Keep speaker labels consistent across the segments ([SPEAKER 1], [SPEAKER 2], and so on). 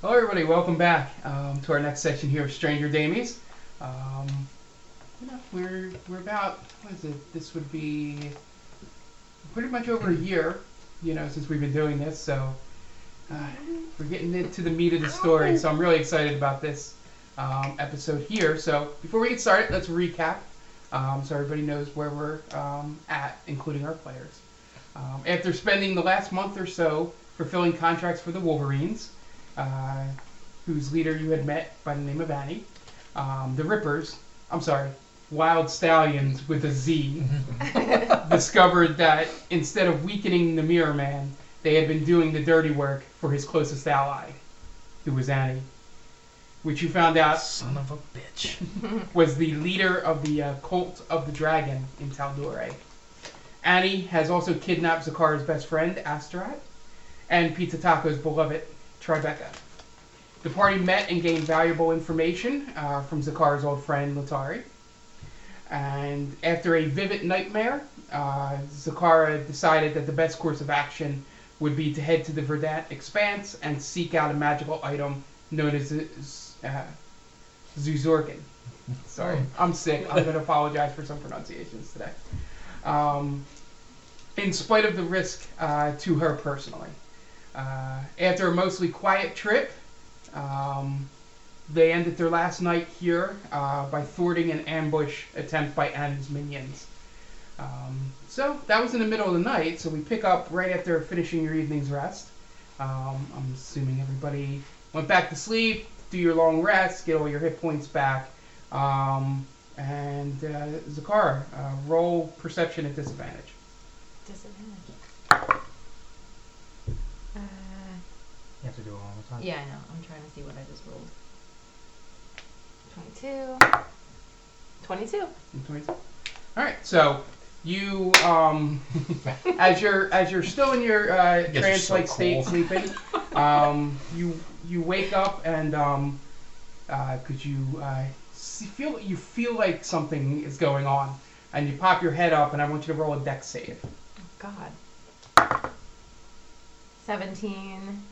[SPEAKER 1] Hello, everybody. Welcome back um, to our next section here of Stranger Damies. Um, you know, we're we're about what is it? This would be pretty much over a year, you know, since we've been doing this. So uh, we're getting into the meat of the story. So I'm really excited about this um, episode here. So before we get started, let's recap um, so everybody knows where we're um, at, including our players. Um, after spending the last month or so fulfilling contracts for the Wolverines, uh, whose leader you had met by the name of Annie, um, the Rippers, I'm sorry, Wild Stallions with a Z, discovered that instead of weakening the Mirror Man, they had been doing the dirty work for his closest ally, who was Annie, which you found out
[SPEAKER 2] Son of a bitch.
[SPEAKER 1] was the leader of the uh, cult of the dragon in Taldore. Annie has also kidnapped Zakara's best friend, Astaroth, and Pizza Taco's beloved, Tribeca. The party met and gained valuable information uh, from Zakara's old friend, Latari. And after a vivid nightmare, uh, Zakara decided that the best course of action would be to head to the Verdant Expanse and seek out a magical item known as uh, Zuzorkin. Sorry, I'm sick. I'm going to apologize for some pronunciations today. Um, in spite of the risk uh, to her personally. Uh, after a mostly quiet trip, um, they ended their last night here uh, by thwarting an ambush attempt by Annie's minions. Um, so that was in the middle of the night, so we pick up right after finishing your evening's rest. Um, I'm assuming everybody went back to sleep, do your long rest, get all your hit points back. Um, and uh, Zakara, uh, roll perception at disadvantage.
[SPEAKER 3] Disadvantage. Uh,
[SPEAKER 2] You have to do it all the time.
[SPEAKER 3] yeah, I know. I'm trying to see what I just rolled. 22. 22.
[SPEAKER 1] And 22. All right, so you, um, as you're as you're still in your uh,
[SPEAKER 2] are
[SPEAKER 1] trance-like
[SPEAKER 2] so
[SPEAKER 1] state,
[SPEAKER 2] cool.
[SPEAKER 1] sleeping, um, you you wake up and um, uh, could you uh, see, feel you feel like something is going on, and you pop your head up, and I want you to roll a deck save.
[SPEAKER 3] Oh, God. 17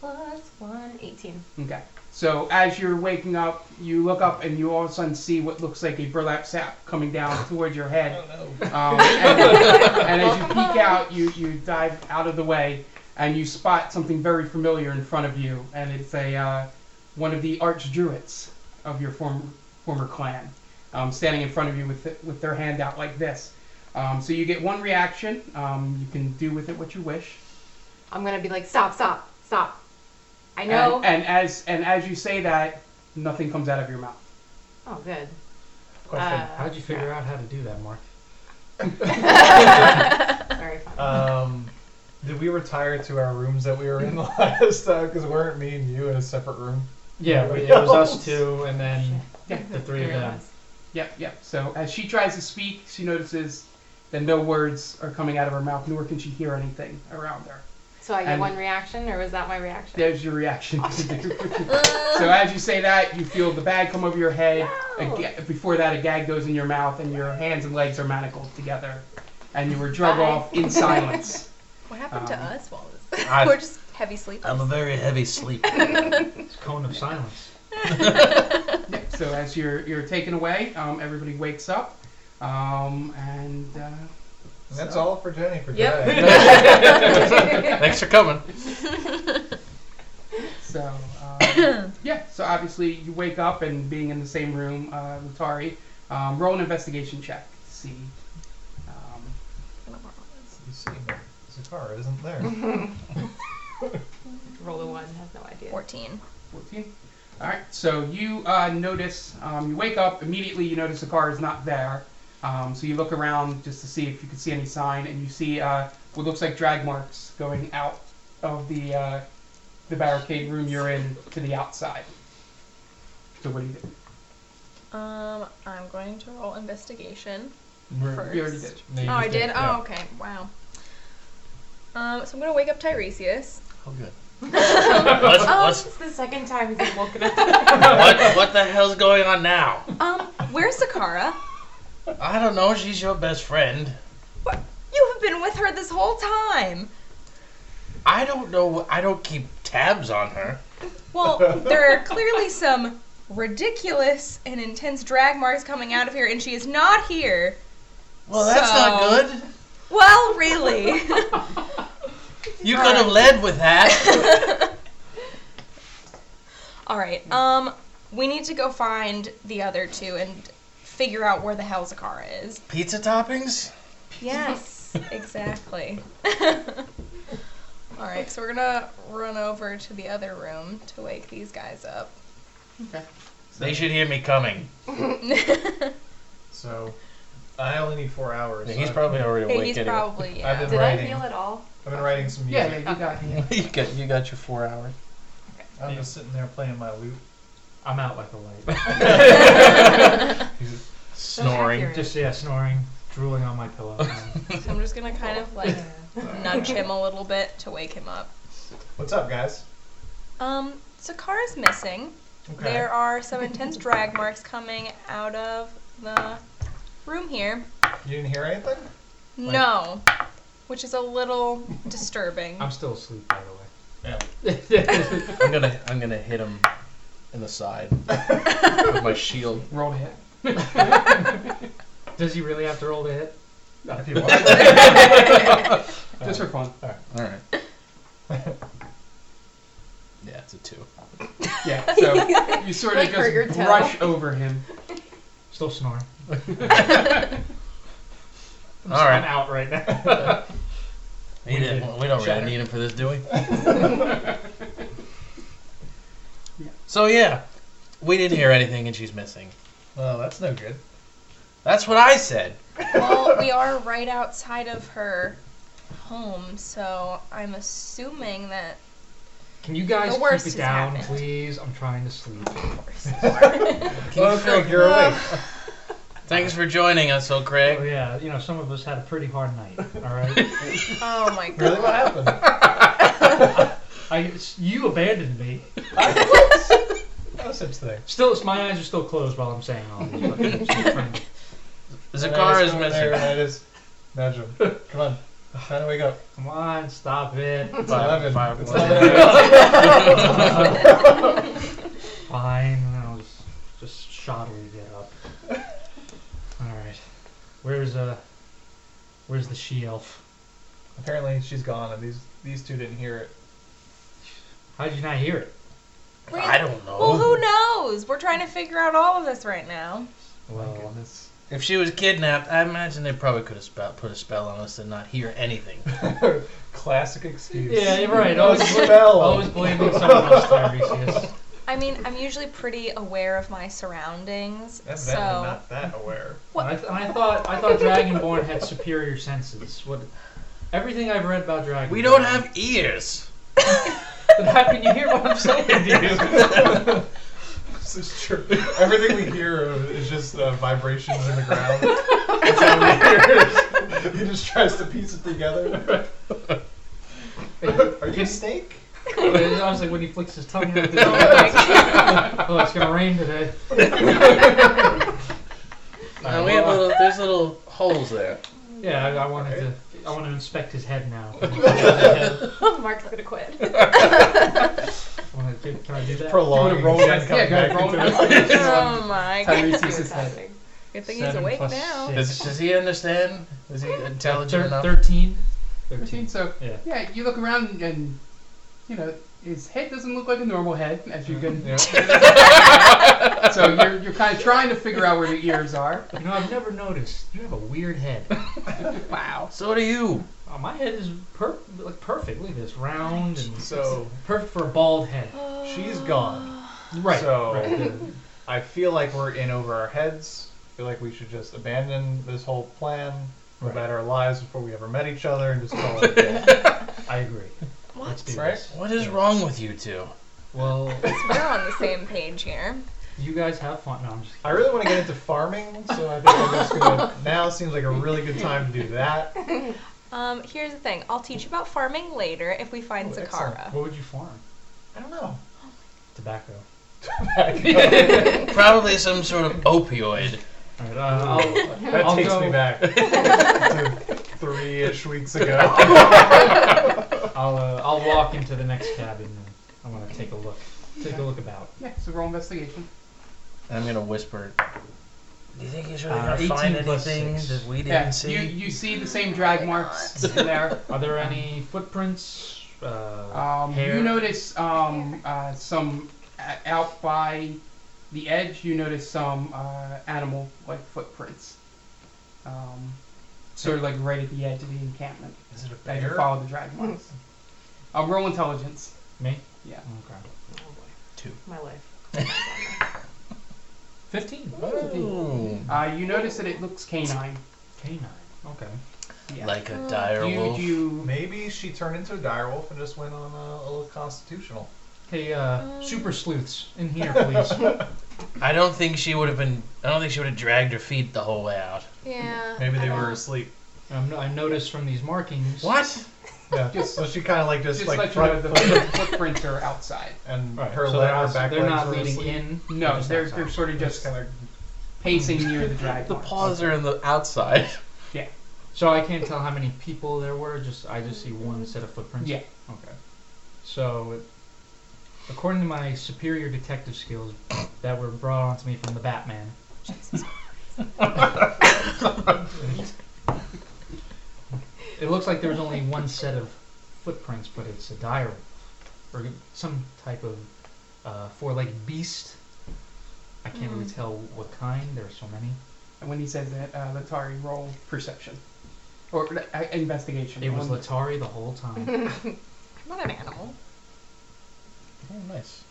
[SPEAKER 3] plus 1, 18.
[SPEAKER 1] Okay. So as you're waking up, you look up and you all of a sudden see what looks like a burlap sack coming down towards your head. Um, and, and as you peek out, you, you dive out of the way and you spot something very familiar in front of you, and it's a uh, one of the archdruids of your form, former clan, um, standing in front of you with with their hand out like this. Um, so you get one reaction. Um, you can do with it what you wish.
[SPEAKER 3] I'm going to be like, stop, stop, stop. I know.
[SPEAKER 1] And, and as and as you say that, nothing comes out of your mouth.
[SPEAKER 3] oh, good.
[SPEAKER 2] Question.
[SPEAKER 3] Uh,
[SPEAKER 2] How'd you figure out how to do that, Mark?
[SPEAKER 3] Very fun.
[SPEAKER 4] Um, did we retire to our rooms that we were in the last time? Because weren't me and you in a separate room?
[SPEAKER 2] Yeah, we, it was us
[SPEAKER 3] Oh,
[SPEAKER 2] two, and then
[SPEAKER 1] Yeah.
[SPEAKER 2] the three
[SPEAKER 3] Three
[SPEAKER 2] of
[SPEAKER 3] of
[SPEAKER 2] them.
[SPEAKER 3] us.
[SPEAKER 1] Yep, yep. So as she tries to speak, she notices that no words are coming out of her mouth, nor can she hear anything around her.
[SPEAKER 3] So I get
[SPEAKER 1] And-
[SPEAKER 3] one reaction, or was that my reaction?
[SPEAKER 1] There's your reaction. so as you say that, you feel the bag come over your head. A
[SPEAKER 3] No.
[SPEAKER 1] ga- before that, a gag goes in your mouth, and your hands and legs are manacled together, and you were drug
[SPEAKER 3] Bye.
[SPEAKER 1] off in silence.
[SPEAKER 5] What happened to
[SPEAKER 1] Um,
[SPEAKER 5] us, Wallace?
[SPEAKER 2] I-
[SPEAKER 5] We're just heavy sleepers.
[SPEAKER 6] I'm a very heavy sleeper.
[SPEAKER 2] It's cone of silence.
[SPEAKER 1] Yep, so as you're you're taken away, um, everybody wakes up, um, and uh,
[SPEAKER 4] And that's all for Jenny for
[SPEAKER 3] Yep.
[SPEAKER 4] today.
[SPEAKER 6] Thanks for coming.
[SPEAKER 1] So, um, yeah, so obviously you wake up and being in the same room, uh, Latari, um, roll an investigation check to see. Um,
[SPEAKER 4] you see, Zakara isn't there.
[SPEAKER 3] Roll a 1, has no idea.
[SPEAKER 5] 14.
[SPEAKER 1] 14. All right, so you uh, notice, um, you wake up, immediately you notice the car is not there. Um, so you look around just to see if you can see any sign, and you see uh, what looks like drag marks going out of the, uh, the barricade room you're in to the outside. So what do you do?
[SPEAKER 5] Um, I'm going to roll investigation.
[SPEAKER 4] We're-
[SPEAKER 5] First.
[SPEAKER 1] You already did.
[SPEAKER 4] no, you
[SPEAKER 5] Oh, I
[SPEAKER 4] just
[SPEAKER 5] did?
[SPEAKER 4] yeah.
[SPEAKER 5] Oh, okay. Wow. Um, so I'm going to wake up Tiresias.
[SPEAKER 6] Oh, good. Let's-
[SPEAKER 3] Oh,
[SPEAKER 6] let's-
[SPEAKER 3] it's just the second time he's woken up.
[SPEAKER 6] what, what the hell's going on now?
[SPEAKER 5] Um, where's Sakara?
[SPEAKER 6] I don't know. She's your best friend.
[SPEAKER 5] What? You have been with her this whole time.
[SPEAKER 6] I don't know. I don't keep tabs on her.
[SPEAKER 5] Well, there are clearly some ridiculous and intense drag marks coming out of here, and she is not here.
[SPEAKER 6] Well, that's not
[SPEAKER 5] So-
[SPEAKER 6] good.
[SPEAKER 5] Well, really.
[SPEAKER 6] You could have led with that.
[SPEAKER 5] All right. Um, we need to go find the other two and figure out where the hell Zakara is.
[SPEAKER 6] Pizza toppings?
[SPEAKER 5] Yes, exactly. All right, so we're gonna run over to the other room to wake these guys up.
[SPEAKER 6] They should hear me coming.
[SPEAKER 4] So, I only need four hours.
[SPEAKER 6] He's
[SPEAKER 4] I've-
[SPEAKER 6] probably already awake
[SPEAKER 5] He's
[SPEAKER 6] anyway.
[SPEAKER 5] probably
[SPEAKER 4] I've
[SPEAKER 5] yeah.
[SPEAKER 4] been
[SPEAKER 3] Did
[SPEAKER 4] writing.
[SPEAKER 3] I heal at all?
[SPEAKER 4] I've been writing some
[SPEAKER 1] Yeah,
[SPEAKER 4] music.
[SPEAKER 1] yeah, you got yeah.
[SPEAKER 6] you, got, you got your four hours.
[SPEAKER 4] I'm just sitting there playing my lute.
[SPEAKER 2] I'm out like a light.
[SPEAKER 6] Snoring.
[SPEAKER 3] accurate.
[SPEAKER 2] Just yeah, snoring, drooling on my pillow.
[SPEAKER 5] So I'm just gonna kind of like nudge him a little bit to wake him up.
[SPEAKER 4] What's up, guys?
[SPEAKER 5] Um, Sakara's missing. There are some intense drag marks coming out of the room here.
[SPEAKER 4] You didn't hear anything?
[SPEAKER 5] No, which is a little disturbing.
[SPEAKER 2] I'm still asleep, by the way.
[SPEAKER 6] I'm gonna I'm gonna hit him in the side with my shield.
[SPEAKER 1] Roll to hit.
[SPEAKER 2] Does he really have to roll to hit?
[SPEAKER 4] If you want.
[SPEAKER 1] Just for fun.
[SPEAKER 6] All right. yeah, it's a two.
[SPEAKER 1] Yeah, so you sort of
[SPEAKER 3] Like Burger
[SPEAKER 1] just
[SPEAKER 3] Toe.
[SPEAKER 1] brush over him.
[SPEAKER 2] Still snoring. I'm,
[SPEAKER 6] All
[SPEAKER 2] I'm
[SPEAKER 6] right.
[SPEAKER 2] out right now.
[SPEAKER 6] We, did, we don't
[SPEAKER 2] Shatter.
[SPEAKER 6] really need him for this, do we? So yeah, we didn't hear anything, and she's missing.
[SPEAKER 4] Well, that's no good.
[SPEAKER 6] That's what I said.
[SPEAKER 5] well, we are right outside of her home, so I'm assuming that.
[SPEAKER 2] Can you guys
[SPEAKER 5] The worst
[SPEAKER 2] keep it
[SPEAKER 5] has
[SPEAKER 2] down,
[SPEAKER 5] happened.
[SPEAKER 2] please? I'm trying to sleep.
[SPEAKER 6] Can you feel-
[SPEAKER 4] Oh, you're awake.
[SPEAKER 6] Thanks for joining us, old
[SPEAKER 2] Oh
[SPEAKER 6] Craig.
[SPEAKER 2] yeah, you know some of us had a pretty hard night. All right.
[SPEAKER 5] Oh my
[SPEAKER 4] Really?
[SPEAKER 5] god.
[SPEAKER 4] What happened?
[SPEAKER 2] I you abandoned me.
[SPEAKER 4] No such thing.
[SPEAKER 2] Still, it's- my eyes are still closed while I'm saying all this. fucking stuff.
[SPEAKER 6] Zakara is
[SPEAKER 4] And I just go over there
[SPEAKER 6] missing.
[SPEAKER 4] and I just nudge him. Come on. How do we go?
[SPEAKER 2] Come on, stop it.
[SPEAKER 4] It's 11.
[SPEAKER 6] five,
[SPEAKER 4] it's
[SPEAKER 6] one.
[SPEAKER 4] 11.
[SPEAKER 2] Fine, and I'll just just shoddily get up. All right. Where's uh, where's the she elf?
[SPEAKER 4] Apparently she's gone and these these two didn't hear it.
[SPEAKER 2] How did you not hear it?
[SPEAKER 5] We're-
[SPEAKER 6] I don't know.
[SPEAKER 5] Well, who knows? We're trying to figure out all of this right now.
[SPEAKER 4] My
[SPEAKER 2] Well,
[SPEAKER 4] goodness.
[SPEAKER 6] If she was kidnapped, I imagine they probably could have spe- put a spell on us and not hear anything.
[SPEAKER 4] Classic excuse.
[SPEAKER 2] yeah, you're right. Always,
[SPEAKER 4] spell.
[SPEAKER 2] always blaming someone else there, Reeseus.
[SPEAKER 5] I mean, I'm usually pretty aware of my surroundings,
[SPEAKER 4] That's
[SPEAKER 5] so
[SPEAKER 4] that we're not that aware.
[SPEAKER 5] What-
[SPEAKER 2] And I, th- and I thought I thought Dragonborn had superior senses. What? Everything I've read about Dragonborn.
[SPEAKER 6] We don't have ears.
[SPEAKER 2] Then how can you hear what I'm saying, dude?
[SPEAKER 4] This is true. Everything we hear of is just uh, vibrations in the ground. That's all we hear. he just tries to piece it together. Are you a snake?
[SPEAKER 2] I was like, when he flicks his tongue out. the- Oh, it's gonna rain today.
[SPEAKER 6] Uh, we have little, there's little holes there.
[SPEAKER 2] Yeah, I, I wanted to. I want to inspect his head now.
[SPEAKER 3] Mark's gonna quit.
[SPEAKER 2] Wanna do- Can I do that?
[SPEAKER 1] wanna
[SPEAKER 4] Prolonging
[SPEAKER 1] roll
[SPEAKER 4] and
[SPEAKER 1] it?
[SPEAKER 4] then coming
[SPEAKER 1] Yeah, go
[SPEAKER 4] back
[SPEAKER 1] roll
[SPEAKER 4] into
[SPEAKER 1] it.
[SPEAKER 4] it.
[SPEAKER 5] oh my god.
[SPEAKER 1] Tyrese
[SPEAKER 3] See
[SPEAKER 1] sees
[SPEAKER 3] what's
[SPEAKER 1] his head.
[SPEAKER 3] happening.
[SPEAKER 5] Good thing he's
[SPEAKER 2] Seven
[SPEAKER 5] awake
[SPEAKER 2] plus
[SPEAKER 5] now.
[SPEAKER 2] six.
[SPEAKER 6] Does, does he understand? Is he intelligent
[SPEAKER 2] Thir-
[SPEAKER 6] enough?
[SPEAKER 2] Thirteen.
[SPEAKER 1] 13, so
[SPEAKER 2] Yeah.
[SPEAKER 1] yeah, you look around and, you know, his head doesn't look like a normal head, as you can.
[SPEAKER 4] Yeah.
[SPEAKER 1] So you're, you're kind of trying to figure out where your ears are.
[SPEAKER 2] You know, I've never noticed. You have a weird head.
[SPEAKER 1] Wow.
[SPEAKER 6] So do you.
[SPEAKER 2] Oh, my head is per- like perfect. Look at this, round and
[SPEAKER 4] So
[SPEAKER 2] perfect for a bald head.
[SPEAKER 4] she's gone.
[SPEAKER 2] Right.
[SPEAKER 4] So-
[SPEAKER 2] right.
[SPEAKER 4] I feel like we're in over our heads. I feel like we should just abandon this whole plan. Go about our lives before we ever met each other and just call it a day.
[SPEAKER 2] I agree. Let's
[SPEAKER 5] What?
[SPEAKER 2] do
[SPEAKER 4] Right?
[SPEAKER 2] this.
[SPEAKER 6] What is wrong with you two?
[SPEAKER 2] Well,
[SPEAKER 5] We're on the same page here.
[SPEAKER 2] you guys have fun. No, I'm just
[SPEAKER 4] I really want to get into farming, so I think I'm just gonna. Now seems like a really good time to do that.
[SPEAKER 5] Um, here's the thing. I'll teach you about farming later if we find
[SPEAKER 4] Oh, excellent.
[SPEAKER 5] Zakara.
[SPEAKER 2] kidding. What would you farm?
[SPEAKER 4] I don't know.
[SPEAKER 2] Tobacco.
[SPEAKER 6] Probably some sort of opioid.
[SPEAKER 2] All right. Uh,
[SPEAKER 4] That
[SPEAKER 2] I'll
[SPEAKER 4] takes
[SPEAKER 2] go-
[SPEAKER 4] me back to three-ish weeks ago.
[SPEAKER 2] I'll I'll, uh, I'll walk into the next cabin. And I want to take a look. Take a look about.
[SPEAKER 1] Yeah, so roll investigation.
[SPEAKER 6] And I'm gonna whisper. "Uh, Do you think he's
[SPEAKER 2] really gonna find anything that
[SPEAKER 6] we
[SPEAKER 1] yeah, you you see Oh, the same drag marks in there.
[SPEAKER 2] Are there any footprints? Uh,
[SPEAKER 1] Um,
[SPEAKER 2] hair?
[SPEAKER 1] you notice um, uh, some uh, out by the edge. You notice some uh, animal like footprints, um, sort of like right at the edge of the encampment.
[SPEAKER 4] Is it a
[SPEAKER 1] As you
[SPEAKER 4] bear?
[SPEAKER 1] follow the drag marks. Um, roll intelligence.
[SPEAKER 2] me?
[SPEAKER 1] Yeah.
[SPEAKER 2] Okay.
[SPEAKER 6] Two.
[SPEAKER 3] My life.
[SPEAKER 2] Fifteen.
[SPEAKER 6] Ooh.
[SPEAKER 1] Uh, you notice that it looks canine.
[SPEAKER 2] Canine. Okay.
[SPEAKER 1] Yeah.
[SPEAKER 6] Like a
[SPEAKER 1] do
[SPEAKER 6] dire
[SPEAKER 1] you,
[SPEAKER 6] wolf.
[SPEAKER 1] do you
[SPEAKER 4] Maybe she turned into a direwolf and just went on a, a little constitutional.
[SPEAKER 2] Hey, uh, super sleuths, in here, please.
[SPEAKER 6] I don't think she would have been. I don't think she would have dragged her feet the whole way out.
[SPEAKER 5] Yeah.
[SPEAKER 4] Maybe
[SPEAKER 5] I
[SPEAKER 4] they
[SPEAKER 5] don't-
[SPEAKER 4] were asleep.
[SPEAKER 2] um, no, I noticed from these markings.
[SPEAKER 6] What?
[SPEAKER 4] Yeah.
[SPEAKER 1] Just-
[SPEAKER 4] so she kind of like just,
[SPEAKER 1] just let
[SPEAKER 4] like
[SPEAKER 1] you know
[SPEAKER 4] front
[SPEAKER 1] the
[SPEAKER 4] foot
[SPEAKER 1] footprints are outside.
[SPEAKER 4] and
[SPEAKER 2] Right,
[SPEAKER 4] her
[SPEAKER 2] so
[SPEAKER 4] leg,
[SPEAKER 2] they're,
[SPEAKER 4] her
[SPEAKER 2] not-
[SPEAKER 4] back
[SPEAKER 2] they're
[SPEAKER 4] legs
[SPEAKER 2] not
[SPEAKER 4] were
[SPEAKER 2] leading
[SPEAKER 4] asleep.
[SPEAKER 2] in.
[SPEAKER 1] No,
[SPEAKER 2] Hmm? just
[SPEAKER 1] they're
[SPEAKER 2] outside.
[SPEAKER 1] they're sort of
[SPEAKER 4] Just
[SPEAKER 1] just
[SPEAKER 4] kind of
[SPEAKER 1] pacing near the drag
[SPEAKER 6] The
[SPEAKER 1] marks.
[SPEAKER 6] paws are in the outside.
[SPEAKER 2] So I can't tell how many people there were. Just I just see one set of footprints.
[SPEAKER 1] Yeah.
[SPEAKER 2] Okay. So, according to my superior detective skills that were brought onto me from the Batman, it looks like there was only one set of footprints, but it's a dire or some type of uh, four-legged beast. I can't really
[SPEAKER 5] Mm.
[SPEAKER 2] tell what kind. There are so many.
[SPEAKER 1] And when he says that, uh, Latari roll perception or uh, investigation.
[SPEAKER 2] It was
[SPEAKER 1] One-
[SPEAKER 2] Latari the whole time.
[SPEAKER 5] I'm not an animal.
[SPEAKER 6] Oh, nice.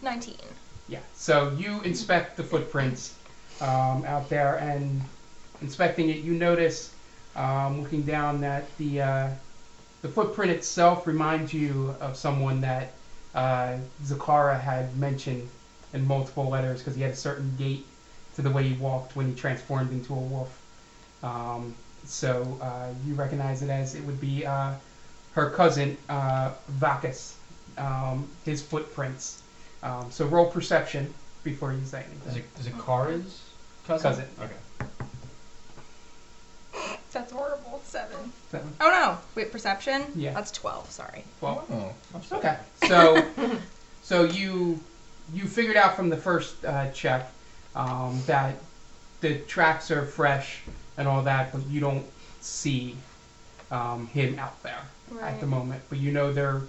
[SPEAKER 5] 19.
[SPEAKER 1] Yeah. So you inspect the footprints um, out there, and inspecting it, you notice, um, looking down, that the uh, the footprint itself reminds you of someone that uh, Zakara had mentioned in multiple letters because he had a certain gait to the way he walked when he transformed into a wolf. Um, so uh, you recognize it as it would be uh, her cousin uh, Vacus, um, his footprints. Um, so roll perception before you say
[SPEAKER 2] Is
[SPEAKER 1] anything.
[SPEAKER 2] it, is it Kara's cousin?
[SPEAKER 1] Cousin.
[SPEAKER 2] Okay.
[SPEAKER 5] That's horrible. 7.
[SPEAKER 1] Seven.
[SPEAKER 5] Oh no. Wait, perception?
[SPEAKER 1] Yeah.
[SPEAKER 5] That's 12. Sorry.
[SPEAKER 1] Well,
[SPEAKER 6] Oh.
[SPEAKER 1] okay. So, so you you figured out from the first uh, check um, that the tracks are fresh and all that, but you don't see um, him out there at the moment. But you know they're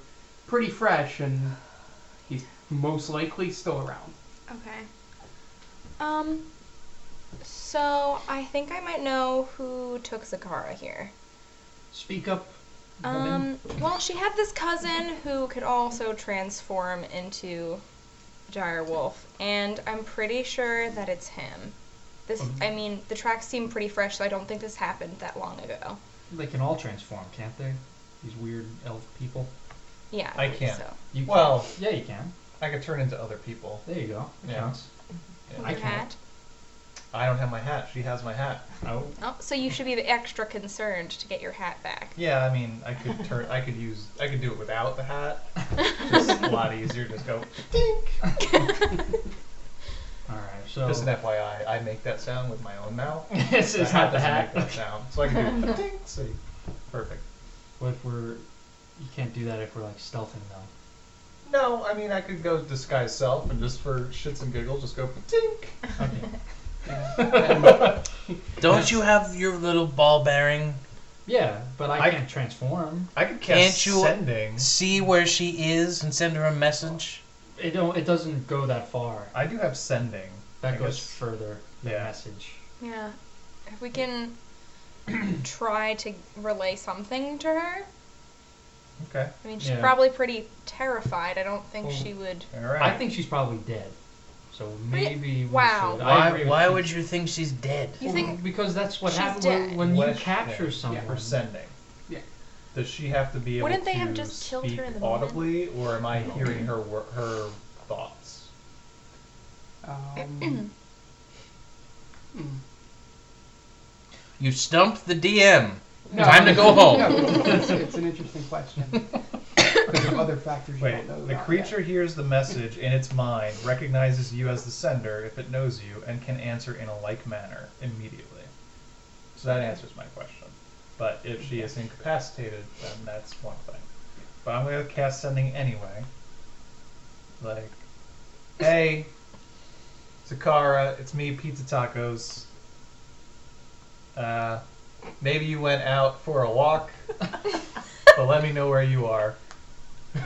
[SPEAKER 1] pretty fresh, and he's most likely still around.
[SPEAKER 5] Okay. Um. So I think I might know who took Zakara here.
[SPEAKER 2] Speak up. woman.
[SPEAKER 5] Um. Well, she had this cousin who could also transform into dire wolf, and I'm pretty sure that it's him. This, I mean, the tracks seem pretty fresh, so I don't think this happened that long ago.
[SPEAKER 2] They can all transform, can't they? These weird elf people.
[SPEAKER 5] Yeah.
[SPEAKER 4] I
[SPEAKER 5] believe
[SPEAKER 4] can't.
[SPEAKER 5] So.
[SPEAKER 2] You
[SPEAKER 4] Well,
[SPEAKER 2] yeah, you can.
[SPEAKER 4] I could turn into other people.
[SPEAKER 2] There you go. It
[SPEAKER 4] Yeah.
[SPEAKER 2] counts.
[SPEAKER 5] With
[SPEAKER 2] I
[SPEAKER 5] your
[SPEAKER 2] can't.
[SPEAKER 5] hat.
[SPEAKER 4] I don't have my hat. She has my hat.
[SPEAKER 2] Oh,
[SPEAKER 5] Oh, so you should be extra concerned to get your hat back.
[SPEAKER 4] Yeah, I mean, I could turn. I could use. I could do it without the hat. Just a lot easier. Just go. Dink.
[SPEAKER 2] all right. So
[SPEAKER 4] Just an FYI, I make that sound with my own mouth.
[SPEAKER 2] this is not
[SPEAKER 4] doesn't
[SPEAKER 2] the
[SPEAKER 4] Make
[SPEAKER 2] hat.
[SPEAKER 4] that sound. So I can do. Dink. See. Perfect.
[SPEAKER 2] What if we're? You can't do that if we're like stealthing though.
[SPEAKER 4] No, I mean I could go disguise self and just for shits and giggles, just go dink.
[SPEAKER 2] Okay.
[SPEAKER 6] Don't you have your little ball bearing?
[SPEAKER 2] yeah, but I,
[SPEAKER 4] I-
[SPEAKER 2] can't transform.
[SPEAKER 4] I could cast
[SPEAKER 6] Can't you-
[SPEAKER 4] sending.
[SPEAKER 6] See where she is and send her a message.
[SPEAKER 2] It don't. It doesn't go that far.
[SPEAKER 4] I do have sending.
[SPEAKER 2] That
[SPEAKER 4] I
[SPEAKER 2] goes
[SPEAKER 4] guess.
[SPEAKER 2] further. The
[SPEAKER 4] Yeah.
[SPEAKER 2] message.
[SPEAKER 5] Yeah. If we can try to relay something to her.
[SPEAKER 4] Okay.
[SPEAKER 5] I mean, she's
[SPEAKER 2] Yeah.
[SPEAKER 5] probably pretty terrified. I don't think
[SPEAKER 2] Well,
[SPEAKER 5] she would.
[SPEAKER 4] All right.
[SPEAKER 2] I think she's probably dead. So maybe. we
[SPEAKER 5] Wow.
[SPEAKER 2] should- I
[SPEAKER 6] Why?
[SPEAKER 2] agree with
[SPEAKER 6] Why would you think she's dead?
[SPEAKER 5] You think?
[SPEAKER 2] Because that's what
[SPEAKER 5] she's
[SPEAKER 2] happens when,
[SPEAKER 5] dead?
[SPEAKER 2] when you
[SPEAKER 4] Question
[SPEAKER 2] capture
[SPEAKER 4] for
[SPEAKER 2] someone.
[SPEAKER 4] sending.
[SPEAKER 1] Yeah.
[SPEAKER 4] Does she have to be able
[SPEAKER 5] Wouldn't they
[SPEAKER 4] to
[SPEAKER 5] have just killed her
[SPEAKER 4] speak
[SPEAKER 5] in the moment?
[SPEAKER 4] audibly, or am I hearing her wor- her thoughts?
[SPEAKER 1] Um, hmm.
[SPEAKER 6] You stumped the DM.
[SPEAKER 1] No,
[SPEAKER 6] Time to go home.
[SPEAKER 1] No, it's, it's an interesting question because of other factors you
[SPEAKER 4] Wait,
[SPEAKER 1] don't know.
[SPEAKER 4] the
[SPEAKER 1] about
[SPEAKER 4] creature hears the message in its mind, recognizes you as the sender if it knows you, and can answer in a like manner immediately. So that answers my question. But if she is incapacitated, then that's one thing.
[SPEAKER 1] yet.
[SPEAKER 4] but I'm gonna cast sending anyway. Like, hey, Zakara, it's me, Pizza Tacos. Uh, maybe you went out for a walk, but let me know where you are.
[SPEAKER 3] Can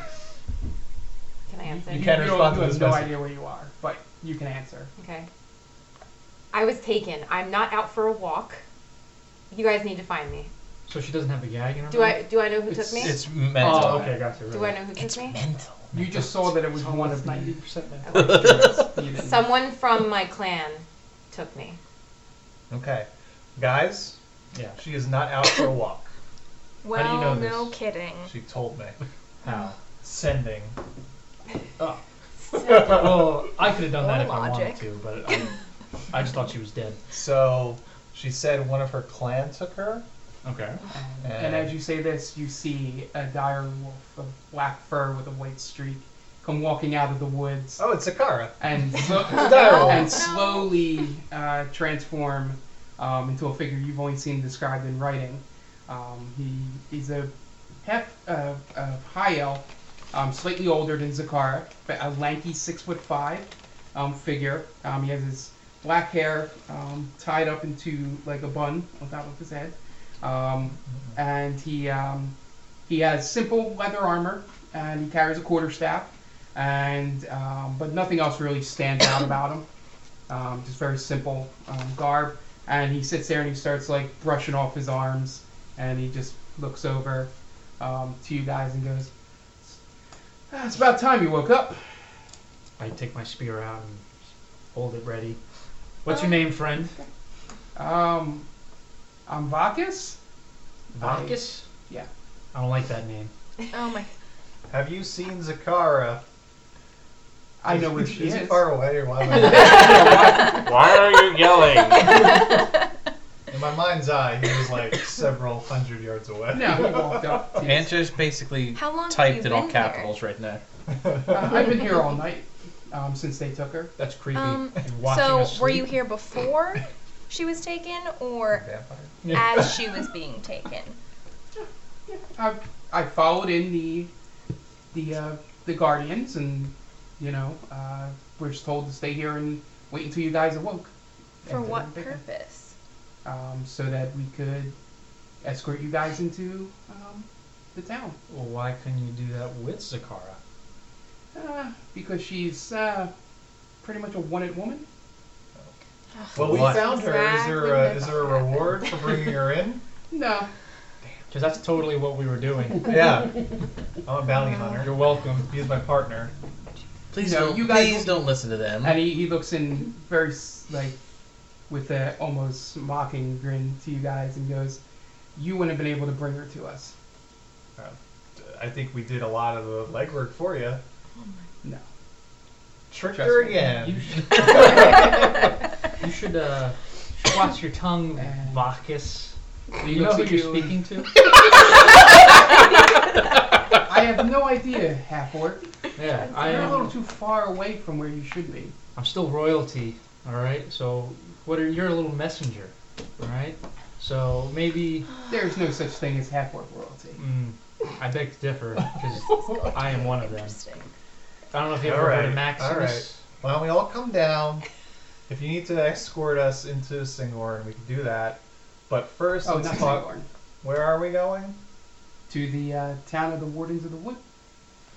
[SPEAKER 3] I answer?
[SPEAKER 4] You can't
[SPEAKER 1] you
[SPEAKER 4] respond
[SPEAKER 1] don't-
[SPEAKER 4] to
[SPEAKER 1] you have
[SPEAKER 4] this
[SPEAKER 1] no
[SPEAKER 4] message.
[SPEAKER 1] idea where you are, but you can answer.
[SPEAKER 3] Okay. I was taken. I'm not out for a walk. You guys need to find me.
[SPEAKER 2] So she doesn't have a gag in her
[SPEAKER 3] Do I do I know who
[SPEAKER 1] It's-
[SPEAKER 3] took me?
[SPEAKER 4] It's mental.
[SPEAKER 2] Oh, okay, gotcha. Right.
[SPEAKER 3] do I know who took me?
[SPEAKER 6] mental.
[SPEAKER 1] You just saw that it was one of
[SPEAKER 2] ninety
[SPEAKER 1] the
[SPEAKER 2] percent mental.
[SPEAKER 1] you didn't-
[SPEAKER 3] Someone from my clan took me.
[SPEAKER 4] Okay, guys,
[SPEAKER 2] Yeah.
[SPEAKER 4] she is not out for a walk.
[SPEAKER 2] do you
[SPEAKER 5] Well,
[SPEAKER 2] know
[SPEAKER 5] no
[SPEAKER 2] this?
[SPEAKER 5] kidding.
[SPEAKER 4] She told me.
[SPEAKER 2] How?
[SPEAKER 4] Sending.
[SPEAKER 2] well, I could have done that if
[SPEAKER 5] More
[SPEAKER 2] I wanted
[SPEAKER 5] logic.
[SPEAKER 2] to, but I, I just thought she was dead.
[SPEAKER 4] So she said one of her clan took her.
[SPEAKER 2] Okay.
[SPEAKER 1] And as you say this, you see a dire wolf of black fur with a white streak come walking out of the woods
[SPEAKER 4] oh, it's Sakara.
[SPEAKER 1] and
[SPEAKER 4] Oh.
[SPEAKER 1] slo-
[SPEAKER 4] Dire
[SPEAKER 1] and slowly uh, transform um, into a figure you've only seen described in writing. Um, he he's a half uh, uh, high elf, um, slightly older than Zakara, but a lanky six foot five um, figure. Um, he has his black hair um, tied up into like a bun on top of his head, um, and he um, he has simple leather armor, and he carries a quarterstaff, and um, but nothing else really stands out about him. Um, just very simple um, garb, and he sits there and he starts like brushing off his arms, and he just looks over um, to you guys and goes, "Ah, "It's about time you woke up."
[SPEAKER 2] I take my spear out and hold it ready. What's your name, friend?
[SPEAKER 1] Um, I'm Vakis.
[SPEAKER 2] Marcus?
[SPEAKER 1] Yeah.
[SPEAKER 2] I don't like that name.
[SPEAKER 5] Oh my.
[SPEAKER 4] Have you seen Zakara?
[SPEAKER 1] I know where she
[SPEAKER 4] She's
[SPEAKER 1] is.
[SPEAKER 4] far away. or Why am I-
[SPEAKER 7] Why are you yelling?
[SPEAKER 4] in my mind's eye, he was like several hundred yards away.
[SPEAKER 1] No, he walked up. To you.
[SPEAKER 6] Answers basically
[SPEAKER 5] How long have
[SPEAKER 6] typed
[SPEAKER 5] you
[SPEAKER 6] in all
[SPEAKER 5] been there?
[SPEAKER 6] capitals right now.
[SPEAKER 1] Uh, I've been here all night um, since they took her.
[SPEAKER 2] That's creepy.
[SPEAKER 5] Um,
[SPEAKER 2] And watching
[SPEAKER 5] So,
[SPEAKER 2] us
[SPEAKER 5] were
[SPEAKER 2] sleep.
[SPEAKER 5] you here before she was taken, or
[SPEAKER 4] Vampire.
[SPEAKER 5] as she was being taken?
[SPEAKER 1] I I followed in the the uh, the guardians, and you know uh, we're just told to stay here and wait until you guys awoke.
[SPEAKER 5] For
[SPEAKER 1] And then
[SPEAKER 5] what
[SPEAKER 1] pick them.
[SPEAKER 5] purpose?
[SPEAKER 1] Um, so that we could escort you guys into um, the town.
[SPEAKER 2] Well, why couldn't you do that with Zakara?
[SPEAKER 1] Uh, because she's uh, pretty much a wanted woman.
[SPEAKER 4] Well, we
[SPEAKER 6] What?
[SPEAKER 4] found her. Is there a, is there a reward for bringing her in?
[SPEAKER 1] No,
[SPEAKER 2] Because that's totally what we were doing.
[SPEAKER 4] Yeah. I'm a bounty hunter.
[SPEAKER 2] You're welcome.
[SPEAKER 4] He's my partner.
[SPEAKER 6] Please
[SPEAKER 1] No,
[SPEAKER 6] don't.
[SPEAKER 1] you guys-
[SPEAKER 6] please don't listen to them.
[SPEAKER 1] and he, he looks in very s- like with a almost mocking grin to you guys and goes, "You wouldn't have been able to bring her to us."
[SPEAKER 4] I think we did a lot of the legwork for you.
[SPEAKER 1] No.
[SPEAKER 4] Tricked
[SPEAKER 1] Trust
[SPEAKER 4] her
[SPEAKER 1] me.
[SPEAKER 4] again.
[SPEAKER 2] You should, you should, uh, should watch your tongue,
[SPEAKER 1] And-
[SPEAKER 2] Vacus.
[SPEAKER 1] He
[SPEAKER 2] You know
[SPEAKER 1] looks
[SPEAKER 2] who
[SPEAKER 1] at
[SPEAKER 2] you're
[SPEAKER 1] you-
[SPEAKER 2] speaking to?
[SPEAKER 1] I have no idea, half orc.
[SPEAKER 2] Yeah, I
[SPEAKER 1] You're a little
[SPEAKER 2] am.
[SPEAKER 1] too far away from where you should be.
[SPEAKER 2] I'm still royalty, all right. So, what are you're a little messenger, all right? So maybe
[SPEAKER 1] There's no such thing as half orc royalty.
[SPEAKER 2] mm, I beg to differ because I am one of them.
[SPEAKER 5] Interesting.
[SPEAKER 2] I don't know if you ever
[SPEAKER 4] All
[SPEAKER 2] heard of
[SPEAKER 4] right, all
[SPEAKER 2] Maximus.
[SPEAKER 4] Why don't we all come down? If you need to escort us into Singorn, we can do that. But first,
[SPEAKER 1] Oh,
[SPEAKER 4] let's
[SPEAKER 1] not
[SPEAKER 4] talk.
[SPEAKER 1] Singorn.
[SPEAKER 4] Where are we going?
[SPEAKER 1] To the uh, town of the Wardens of the Wood.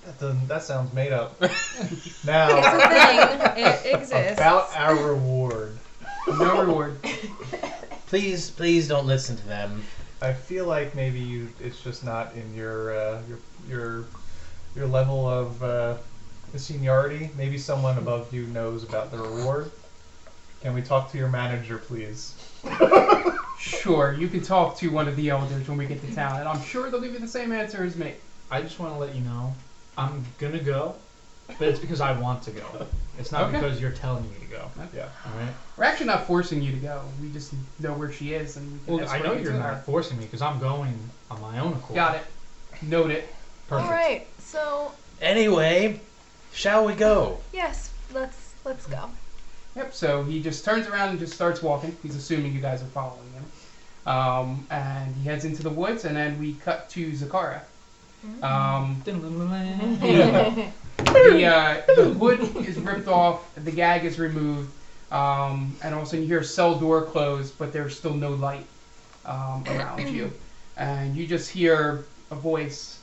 [SPEAKER 4] That doesn't. That sounds made up.
[SPEAKER 5] It's
[SPEAKER 4] now,
[SPEAKER 5] a thing. It exists.
[SPEAKER 4] about our reward.
[SPEAKER 1] No reward.
[SPEAKER 6] Please, please don't listen to them.
[SPEAKER 4] I feel like maybe you. It's just not in your uh, your your your level of uh, seniority. Maybe someone above you knows about the reward. Can we talk to your manager, please?
[SPEAKER 1] Sure, you can talk to one of the elders when we get to town, and I'm sure they'll give you the same answer as me.
[SPEAKER 2] I just want to let you know I'm gonna go, but it's because I want to go. It's not
[SPEAKER 1] Okay.
[SPEAKER 2] because you're telling me to go.
[SPEAKER 4] Yeah.
[SPEAKER 2] All right.
[SPEAKER 1] We're actually not forcing you to go. We just know where she is, and we can
[SPEAKER 2] Well, I
[SPEAKER 1] escort
[SPEAKER 2] know
[SPEAKER 1] you
[SPEAKER 2] you're
[SPEAKER 1] to her.
[SPEAKER 2] not forcing me because I'm going on my own accord.
[SPEAKER 1] Got it. Note it.
[SPEAKER 5] All
[SPEAKER 2] Perfect.
[SPEAKER 5] right. So
[SPEAKER 6] Anyway, shall we go?
[SPEAKER 5] yes, let's let's go.
[SPEAKER 1] Yep, so he just turns around and just starts walking. He's assuming you guys are following him. Um, and he heads into the woods, and then we cut to Zakara. Um,
[SPEAKER 2] Yeah.
[SPEAKER 1] the, uh, the hood is ripped off, the gag is removed, um, and also you hear cell door close, but there's still no light um, around you. And you just hear a voice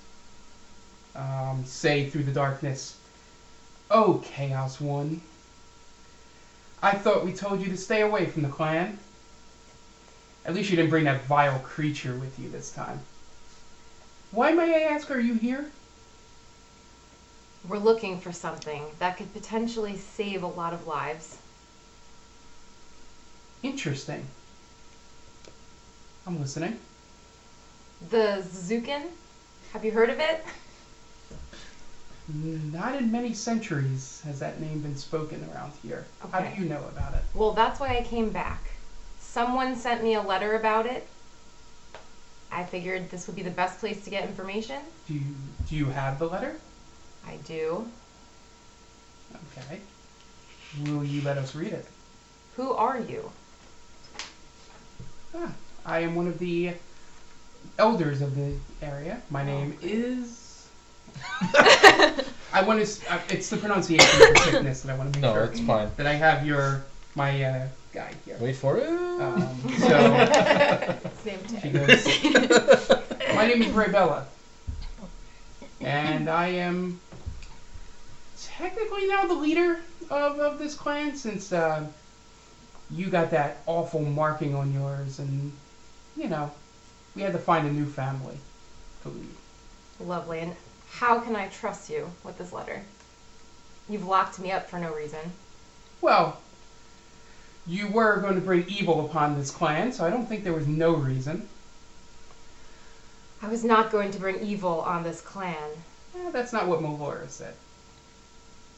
[SPEAKER 1] um, say through the darkness, Oh, Chaos One, I thought we told you to stay away from the clan. At least you didn't bring that vile creature with you this time. Why, may I ask, are you here?
[SPEAKER 3] We're looking for something that could potentially save a lot of lives.
[SPEAKER 1] Interesting. I'm listening.
[SPEAKER 3] The Zukin, have you heard of it?
[SPEAKER 1] Not in many centuries has that name been spoken around here. How
[SPEAKER 3] Okay.
[SPEAKER 1] do you know about it?
[SPEAKER 3] Well, that's why I came back. Someone sent me a letter about it. I figured this would be the best place to get information.
[SPEAKER 1] Do you do you have the letter?
[SPEAKER 3] I do.
[SPEAKER 1] Okay. Will you let us read it?
[SPEAKER 3] Who are you?
[SPEAKER 1] Ah, I am one of the elders of the area. My name is. I want to. s- uh, It's the pronunciation of the sickness that I want to make
[SPEAKER 6] No,
[SPEAKER 1] sure
[SPEAKER 6] it's fine.
[SPEAKER 1] that I have your my uh, guide here.
[SPEAKER 6] Wait for it.
[SPEAKER 1] Um, so.
[SPEAKER 3] It's named
[SPEAKER 1] She
[SPEAKER 3] Ted.
[SPEAKER 1] goes, My name is Raybella. And I am technically now the leader of, of this clan since uh, you got that awful marking on yours. And, you know, we had to find a new family to lead.
[SPEAKER 3] Lovely. And how can I trust you with this letter? You've locked me up for no reason.
[SPEAKER 1] Well, you were going to bring evil upon this clan, so I don't think there was no reason.
[SPEAKER 3] I was not going to bring evil on this clan.
[SPEAKER 1] Eh, that's not what Melora said.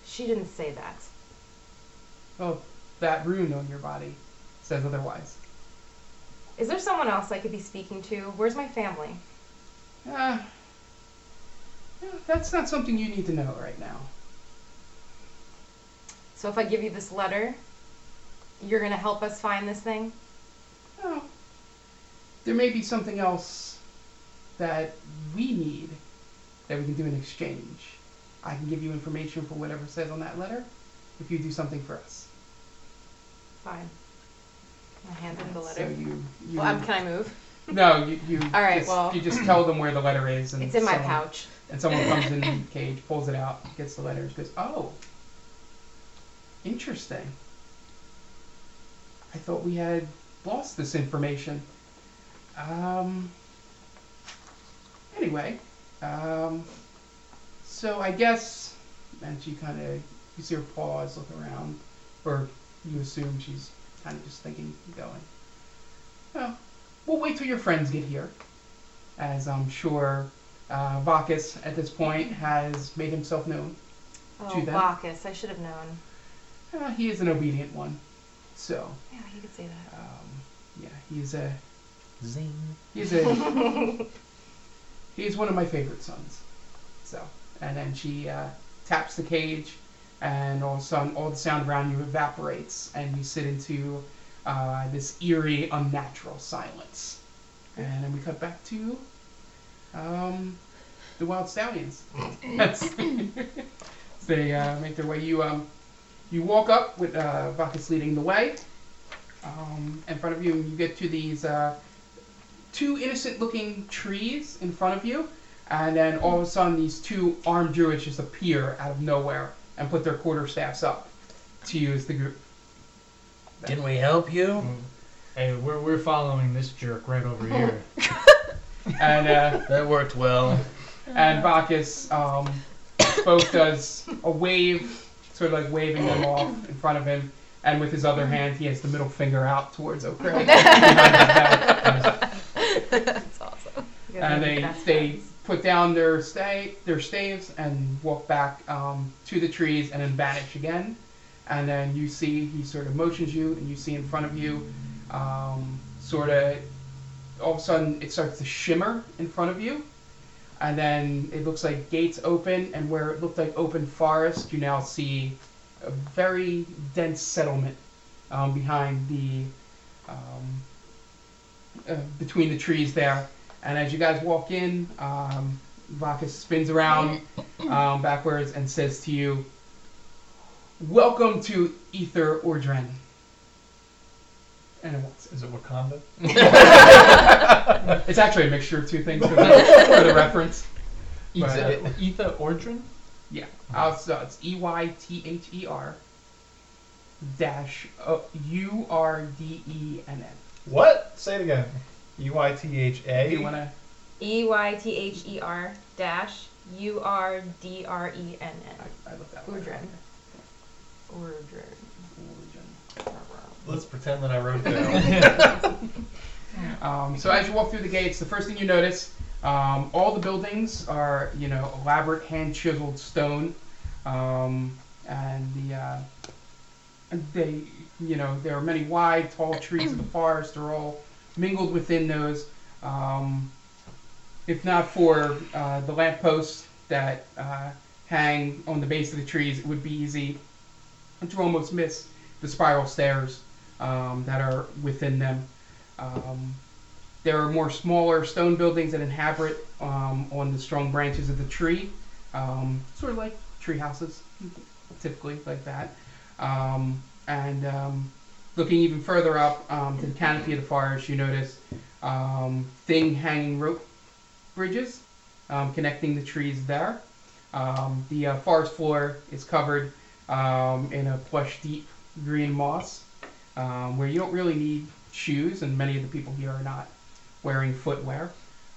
[SPEAKER 3] She didn't say that.
[SPEAKER 1] Well, that rune on your body says otherwise.
[SPEAKER 3] Is there someone else I could be speaking to? Where's my family?
[SPEAKER 1] Uh, that's not something you need to know right now.
[SPEAKER 3] So if I give you this letter, you're going to help us find this thing?
[SPEAKER 1] Oh, there may be something else that we need that we can do in exchange. I can give you information for whatever says on that letter if you do something for us.
[SPEAKER 3] Fine. I hand them the
[SPEAKER 1] So
[SPEAKER 3] letter.
[SPEAKER 1] you, you
[SPEAKER 3] Well, um, can I move?
[SPEAKER 1] no, you, you
[SPEAKER 3] All right,
[SPEAKER 1] just,
[SPEAKER 3] well-
[SPEAKER 1] you just tell them where the letter is, and
[SPEAKER 3] It's in my
[SPEAKER 1] someone-
[SPEAKER 3] pouch.
[SPEAKER 1] And someone comes in the cage, pulls it out, gets the letters, goes, "Oh, interesting. I thought we had lost this information." Um. Anyway, um, so I guess, and she kind of, you see her pause, look around, or you assume she's kind of just thinking, going, "Well, we'll wait till your friends get here." As I'm sure uh, Bacchus at this point has made himself known.
[SPEAKER 3] Oh,
[SPEAKER 1] Do that.
[SPEAKER 3] Bacchus. I should have known.
[SPEAKER 1] Uh, he is an obedient one, so
[SPEAKER 3] Yeah, you could say that.
[SPEAKER 1] um, yeah, he's a
[SPEAKER 6] Zing.
[SPEAKER 1] he's a he's one of my favorite sons. So, and then she uh, taps the cage, and all of a sudden, all the sound around you evaporates, and you sit into uh, this eerie, unnatural silence. And then we cut back to um, the wild stallions. That's they uh, make their way. You um, you walk up with uh, Bacchus leading the way. Um, in front of you, and you get to these uh, two innocent-looking trees in front of you, and then all of a sudden, these two armed druids just appear out of nowhere and put their quarterstaffs up to you as the group.
[SPEAKER 6] Can we help you?
[SPEAKER 2] Hey, we're, we're following this jerk right over here.
[SPEAKER 1] And uh,
[SPEAKER 6] That worked well.
[SPEAKER 1] and Bacchus um, both does a wave, sort of like waving them off in front of him, and with his other hand, he has the middle finger out towards O'Craig.
[SPEAKER 5] That's awesome.
[SPEAKER 3] You gotta
[SPEAKER 1] and
[SPEAKER 3] make the
[SPEAKER 1] they
[SPEAKER 3] best
[SPEAKER 1] they
[SPEAKER 3] friends.
[SPEAKER 1] put down their stay their staves and walk back um, to the trees and then vanish again. And then you see he sort of motions you, and you see in front of you, um, sort of all of a sudden it starts to shimmer in front of you, and then it looks like gates open, and where it looked like open forest, you now see a very dense settlement um, behind the um, uh, between the trees there. And as you guys walk in, um, Vakas spins around um, backwards and says to you, "Welcome to Ether Ordren." And it walks.
[SPEAKER 8] Is it Wakanda?
[SPEAKER 1] It's actually a mixture of two things for the, for the reference.
[SPEAKER 2] Etha, Etha Ordrin?
[SPEAKER 1] Yeah. Uh, so it's E Y T H E R dash O- U R D E N N.
[SPEAKER 8] What? Say it again. U I T H
[SPEAKER 1] You
[SPEAKER 8] A.
[SPEAKER 1] wanna?
[SPEAKER 3] E Y T H E R dash U R D R E N N.
[SPEAKER 1] I, I looked that one.
[SPEAKER 3] Ordren.
[SPEAKER 8] Let's pretend that I wrote it down.
[SPEAKER 1] Um, so as you walk through the gates, the first thing you notice, um, all the buildings are you know elaborate hand chiseled stone, um, and the uh, they you know there are many wide tall trees of the forest are all mingled within those. Um, if not for uh, the lampposts that uh, hang on the base of the trees, it would be easy to almost miss the spiral stairs um, that are within them. Um, there are more smaller stone buildings that inhabit um, on the strong branches of the tree, um, sort of like tree houses, typically like that. Um, and um, looking even further up um, to the canopy of the forest, you notice um, thin hanging rope bridges um, connecting the trees there. Um, the uh, forest floor is covered um, in a plush, deep green moss, um, where you don't really need shoes, and many of the people here are not wearing footwear.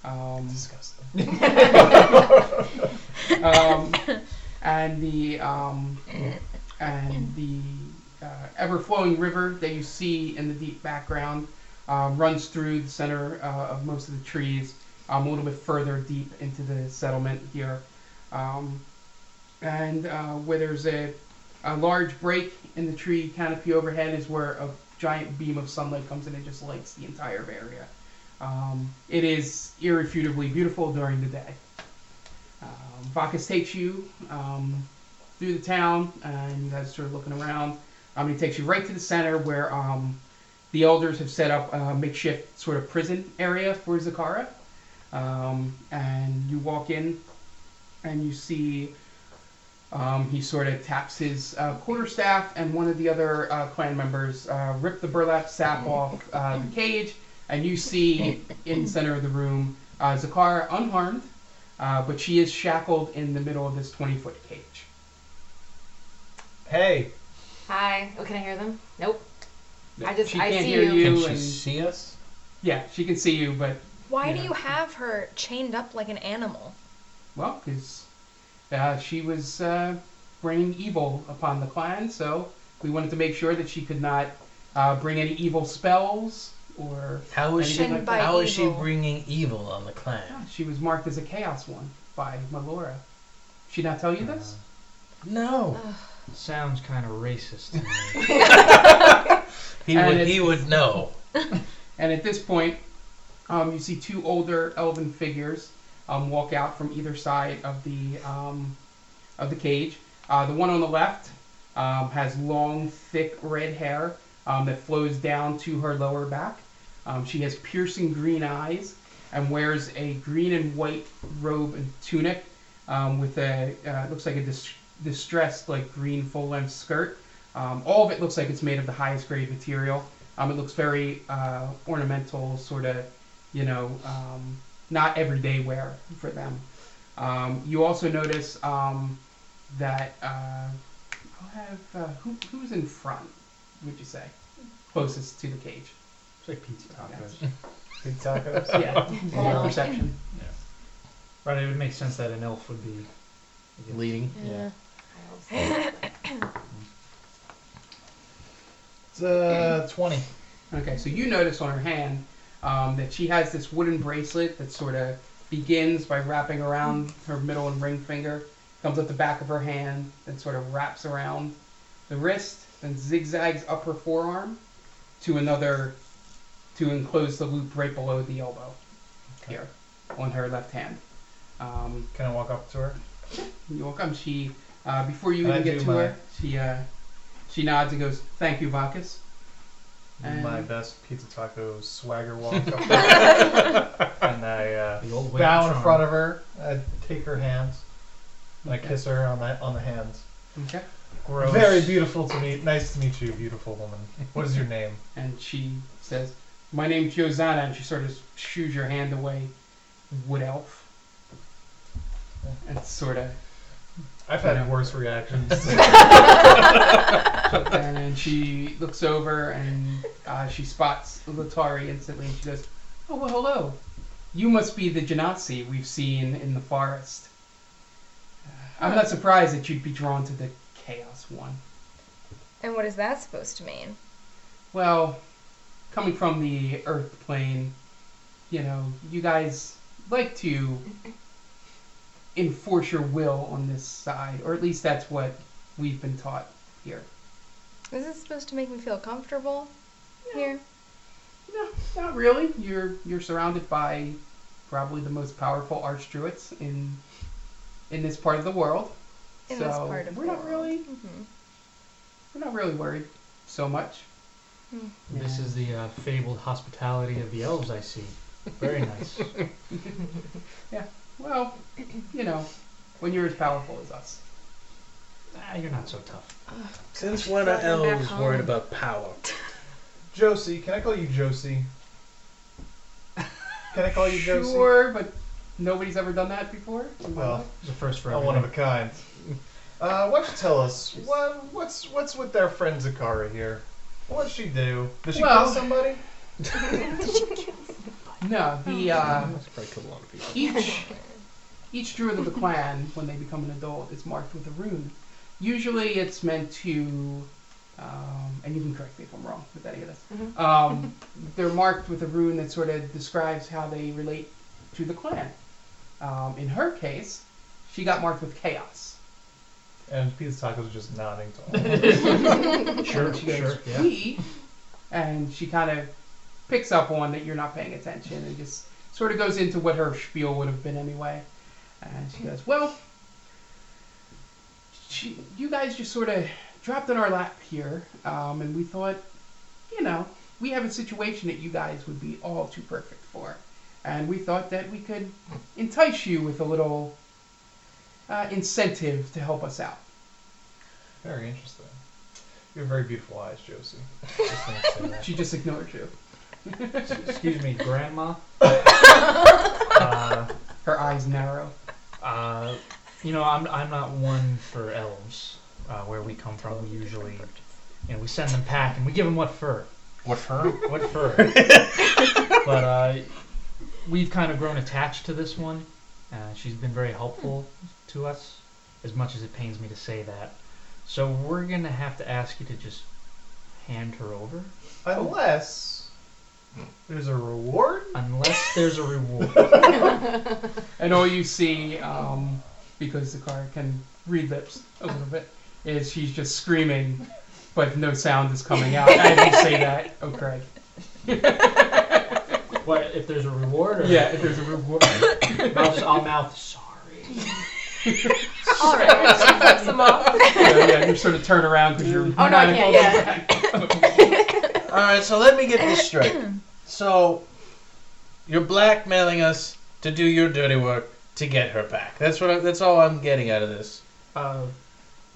[SPEAKER 1] Um,
[SPEAKER 8] Disgusting.
[SPEAKER 1] um, and the um, and the uh, ever flowing river that you see in the deep background um, runs through the center uh, of most of the trees, um, a little bit further deep into the settlement here, um, and uh, where there's a a large break in the tree canopy overhead is where a giant beam of sunlight comes in and just lights the entire area. Um, it is irrefutably beautiful during the day. Um, Bacchus takes you um, through the town, and you guys are sort of looking around. Um, he takes you right to the center where um, the elders have set up a makeshift sort of prison area for Zakara. Um, and you walk in, and you see um, he sort of taps his uh, quarterstaff, and one of the other uh, clan members uh, rip the burlap sap off uh, the cage, and you see in the center of the room uh, Zakara unharmed, uh, but she is shackled in the middle of this 20 foot cage.
[SPEAKER 8] Hey,
[SPEAKER 3] Hi. Oh, can I hear them? Nope. I just
[SPEAKER 1] She
[SPEAKER 3] I
[SPEAKER 1] can't
[SPEAKER 3] see
[SPEAKER 1] hear
[SPEAKER 3] you.
[SPEAKER 6] Can
[SPEAKER 1] you,
[SPEAKER 6] she
[SPEAKER 1] and
[SPEAKER 6] see us?
[SPEAKER 1] yeah, she can see you, but
[SPEAKER 5] Why do
[SPEAKER 1] Yeah.
[SPEAKER 5] you have her chained up like an animal?
[SPEAKER 1] well, because uh, she was uh, bringing evil upon the clan, so we wanted to make sure that she could not uh, bring any evil spells or
[SPEAKER 6] How is she?
[SPEAKER 1] Anything like
[SPEAKER 5] that.
[SPEAKER 6] How is she
[SPEAKER 5] By evil.
[SPEAKER 6] bringing evil on the clan?
[SPEAKER 1] She was marked as a chaos one by Melora. She not tell you this?
[SPEAKER 6] No,
[SPEAKER 2] Sounds kind of racist to me.
[SPEAKER 6] he
[SPEAKER 1] And
[SPEAKER 6] would.
[SPEAKER 1] it's-
[SPEAKER 6] He would know.
[SPEAKER 1] And at this point, um, you see two older elven figures um, walk out from either side of the um, of the cage. Uh, the one on the left um, has long, thick red hair um, that flows down to her lower back. Um, she has piercing green eyes and wears a green and white robe and tunic um, with a uh, it looks like a dis- distressed like green full length skirt. Um, all of it looks like it's made of the highest grade material. Um, it looks very uh, ornamental, sort of, you know, um, not everyday wear for them. Um, you also notice um, that uh, I'll have uh, who, who's in front? Would you say closest to the cage?
[SPEAKER 2] It's like pizza tacos.
[SPEAKER 8] big tacos.
[SPEAKER 1] Yeah,
[SPEAKER 3] Yeah.
[SPEAKER 1] perception.
[SPEAKER 2] Right, it would make sense that an elf would be.
[SPEAKER 6] Leading.
[SPEAKER 5] Yeah.
[SPEAKER 8] It's uh, twenty.
[SPEAKER 1] Okay, so you notice on her hand um, that she has this wooden bracelet that sort of begins by wrapping around her middle and ring finger, comes up the back of her hand, then sort of wraps around the wrist, then zigzags up her forearm to another to enclose the loop right below the elbow here on her left hand. Um,
[SPEAKER 8] Can I walk up to her?
[SPEAKER 1] you're welcome. She uh, before you
[SPEAKER 8] Can I
[SPEAKER 1] even get
[SPEAKER 8] do
[SPEAKER 1] to
[SPEAKER 8] my-
[SPEAKER 1] her, she uh, she nods and goes, "Thank you, Vakis." And-
[SPEAKER 4] my best pizza taco swagger walk up there, and I uh,
[SPEAKER 2] The old way
[SPEAKER 4] bow
[SPEAKER 2] of
[SPEAKER 4] in
[SPEAKER 2] charm.
[SPEAKER 4] front of her. I take her hands. And I kiss her on the on the hands.
[SPEAKER 1] Okay.
[SPEAKER 2] Gross.
[SPEAKER 4] Very beautiful to meet. Nice to meet you, beautiful woman. What is your name?
[SPEAKER 1] And she says, "My name's Josanna," and she sort of shoos your hand away, wood elf. And sort of,
[SPEAKER 4] I've had worse reactions.
[SPEAKER 1] and then she looks over and uh, she spots Latari instantly, and she goes, "Oh well, hello. You must be the Genasi we've seen in the forest. Uh, I'm not surprised that you'd be drawn to the Chaos one."
[SPEAKER 5] And what is that supposed to mean?
[SPEAKER 1] Well, coming from the Earth plane, you know, you guys like to enforce your will on this side, or at least that's what we've been taught here.
[SPEAKER 5] Is this supposed to make me feel comfortable here?
[SPEAKER 1] No, not really. You're you're surrounded by probably the most powerful archdruids in in this part of the world.
[SPEAKER 5] In
[SPEAKER 1] so
[SPEAKER 5] this part of
[SPEAKER 1] we're
[SPEAKER 5] the
[SPEAKER 1] not
[SPEAKER 5] world.
[SPEAKER 1] really
[SPEAKER 5] hmm
[SPEAKER 1] we're not really worried so much.
[SPEAKER 5] Hmm.
[SPEAKER 2] This
[SPEAKER 1] Yeah.
[SPEAKER 2] is the uh, fabled hospitality of the elves I see. Very nice.
[SPEAKER 1] well, you know, when you're as powerful as us.
[SPEAKER 2] ah, you're not so tough.
[SPEAKER 6] Since when are
[SPEAKER 3] Welcome back
[SPEAKER 6] elves worried
[SPEAKER 3] home.
[SPEAKER 6] about power?
[SPEAKER 4] Josie, can I call you Josie? Can I call you Josie?
[SPEAKER 1] Sure, but nobody's ever done that before.
[SPEAKER 4] Well,
[SPEAKER 2] It's a first for
[SPEAKER 4] I'm one of a
[SPEAKER 2] everything.
[SPEAKER 4] kind. Uh, why don't you tell us what what's what's with our friend Zakara here? What'd she do? Did she
[SPEAKER 1] Well-
[SPEAKER 4] kill somebody?
[SPEAKER 1] no, the uh,
[SPEAKER 6] Hmm. That's probably killed a lot of people.
[SPEAKER 1] each each druid of the clan, when they become an adult, is marked with a rune. Usually, it's meant to, um, and you can correct me if I'm wrong with any of this. Um, they're marked with a rune that sort of describes how they relate to the clan. Um, in her case, she got marked with chaos.
[SPEAKER 4] And Pizza Tacos was just nodding to all. of us.
[SPEAKER 2] Sure,
[SPEAKER 1] And she goes,
[SPEAKER 2] sure, yeah.
[SPEAKER 1] "We," and she kind of picks up on that you're not paying attention and just sort of goes into what her spiel would have been anyway. And she goes, well, she, you guys just sort of dropped in our lap here, um, and we thought, you know, we have a situation that you guys would be all too perfect for. And we thought that we could entice you with a little uh, incentive to help us out.
[SPEAKER 4] Very interesting. You have very beautiful eyes, Josie. Just wanted to say that.
[SPEAKER 1] She just ignored you.
[SPEAKER 2] uh, Excuse me, Grandma. uh,
[SPEAKER 1] Her eyes narrow.
[SPEAKER 2] uh, you know, I'm, I'm not one for elves. Uh, where we come from, we usually, you know, we send them pack and we give them what fur.
[SPEAKER 6] What her?
[SPEAKER 2] What fur? but uh, we've kind of grown attached to this one. Uh, she's been very helpful to us, as much as it pains me to say that. So we're gonna have to ask you to just hand her over,
[SPEAKER 4] Unless there's a reward.
[SPEAKER 2] unless there's a reward.
[SPEAKER 1] And all you see, um, because the car can read lips a little bit, is she's just screaming, but no sound is coming out. As you say that, oh Craig.
[SPEAKER 2] what if there's a reward? Or
[SPEAKER 1] Yeah, if there's a reward.
[SPEAKER 2] I'll, just, I'll mouth sorry.
[SPEAKER 3] All right. She flips them off.
[SPEAKER 1] yeah, yeah, you sort of turn around because you're.
[SPEAKER 3] Oh, no, I can't,
[SPEAKER 6] All right, so let me get this straight. So, you're blackmailing us to do your dirty work to get her back. That's what. I, that's all I'm getting out of this.
[SPEAKER 2] Uh,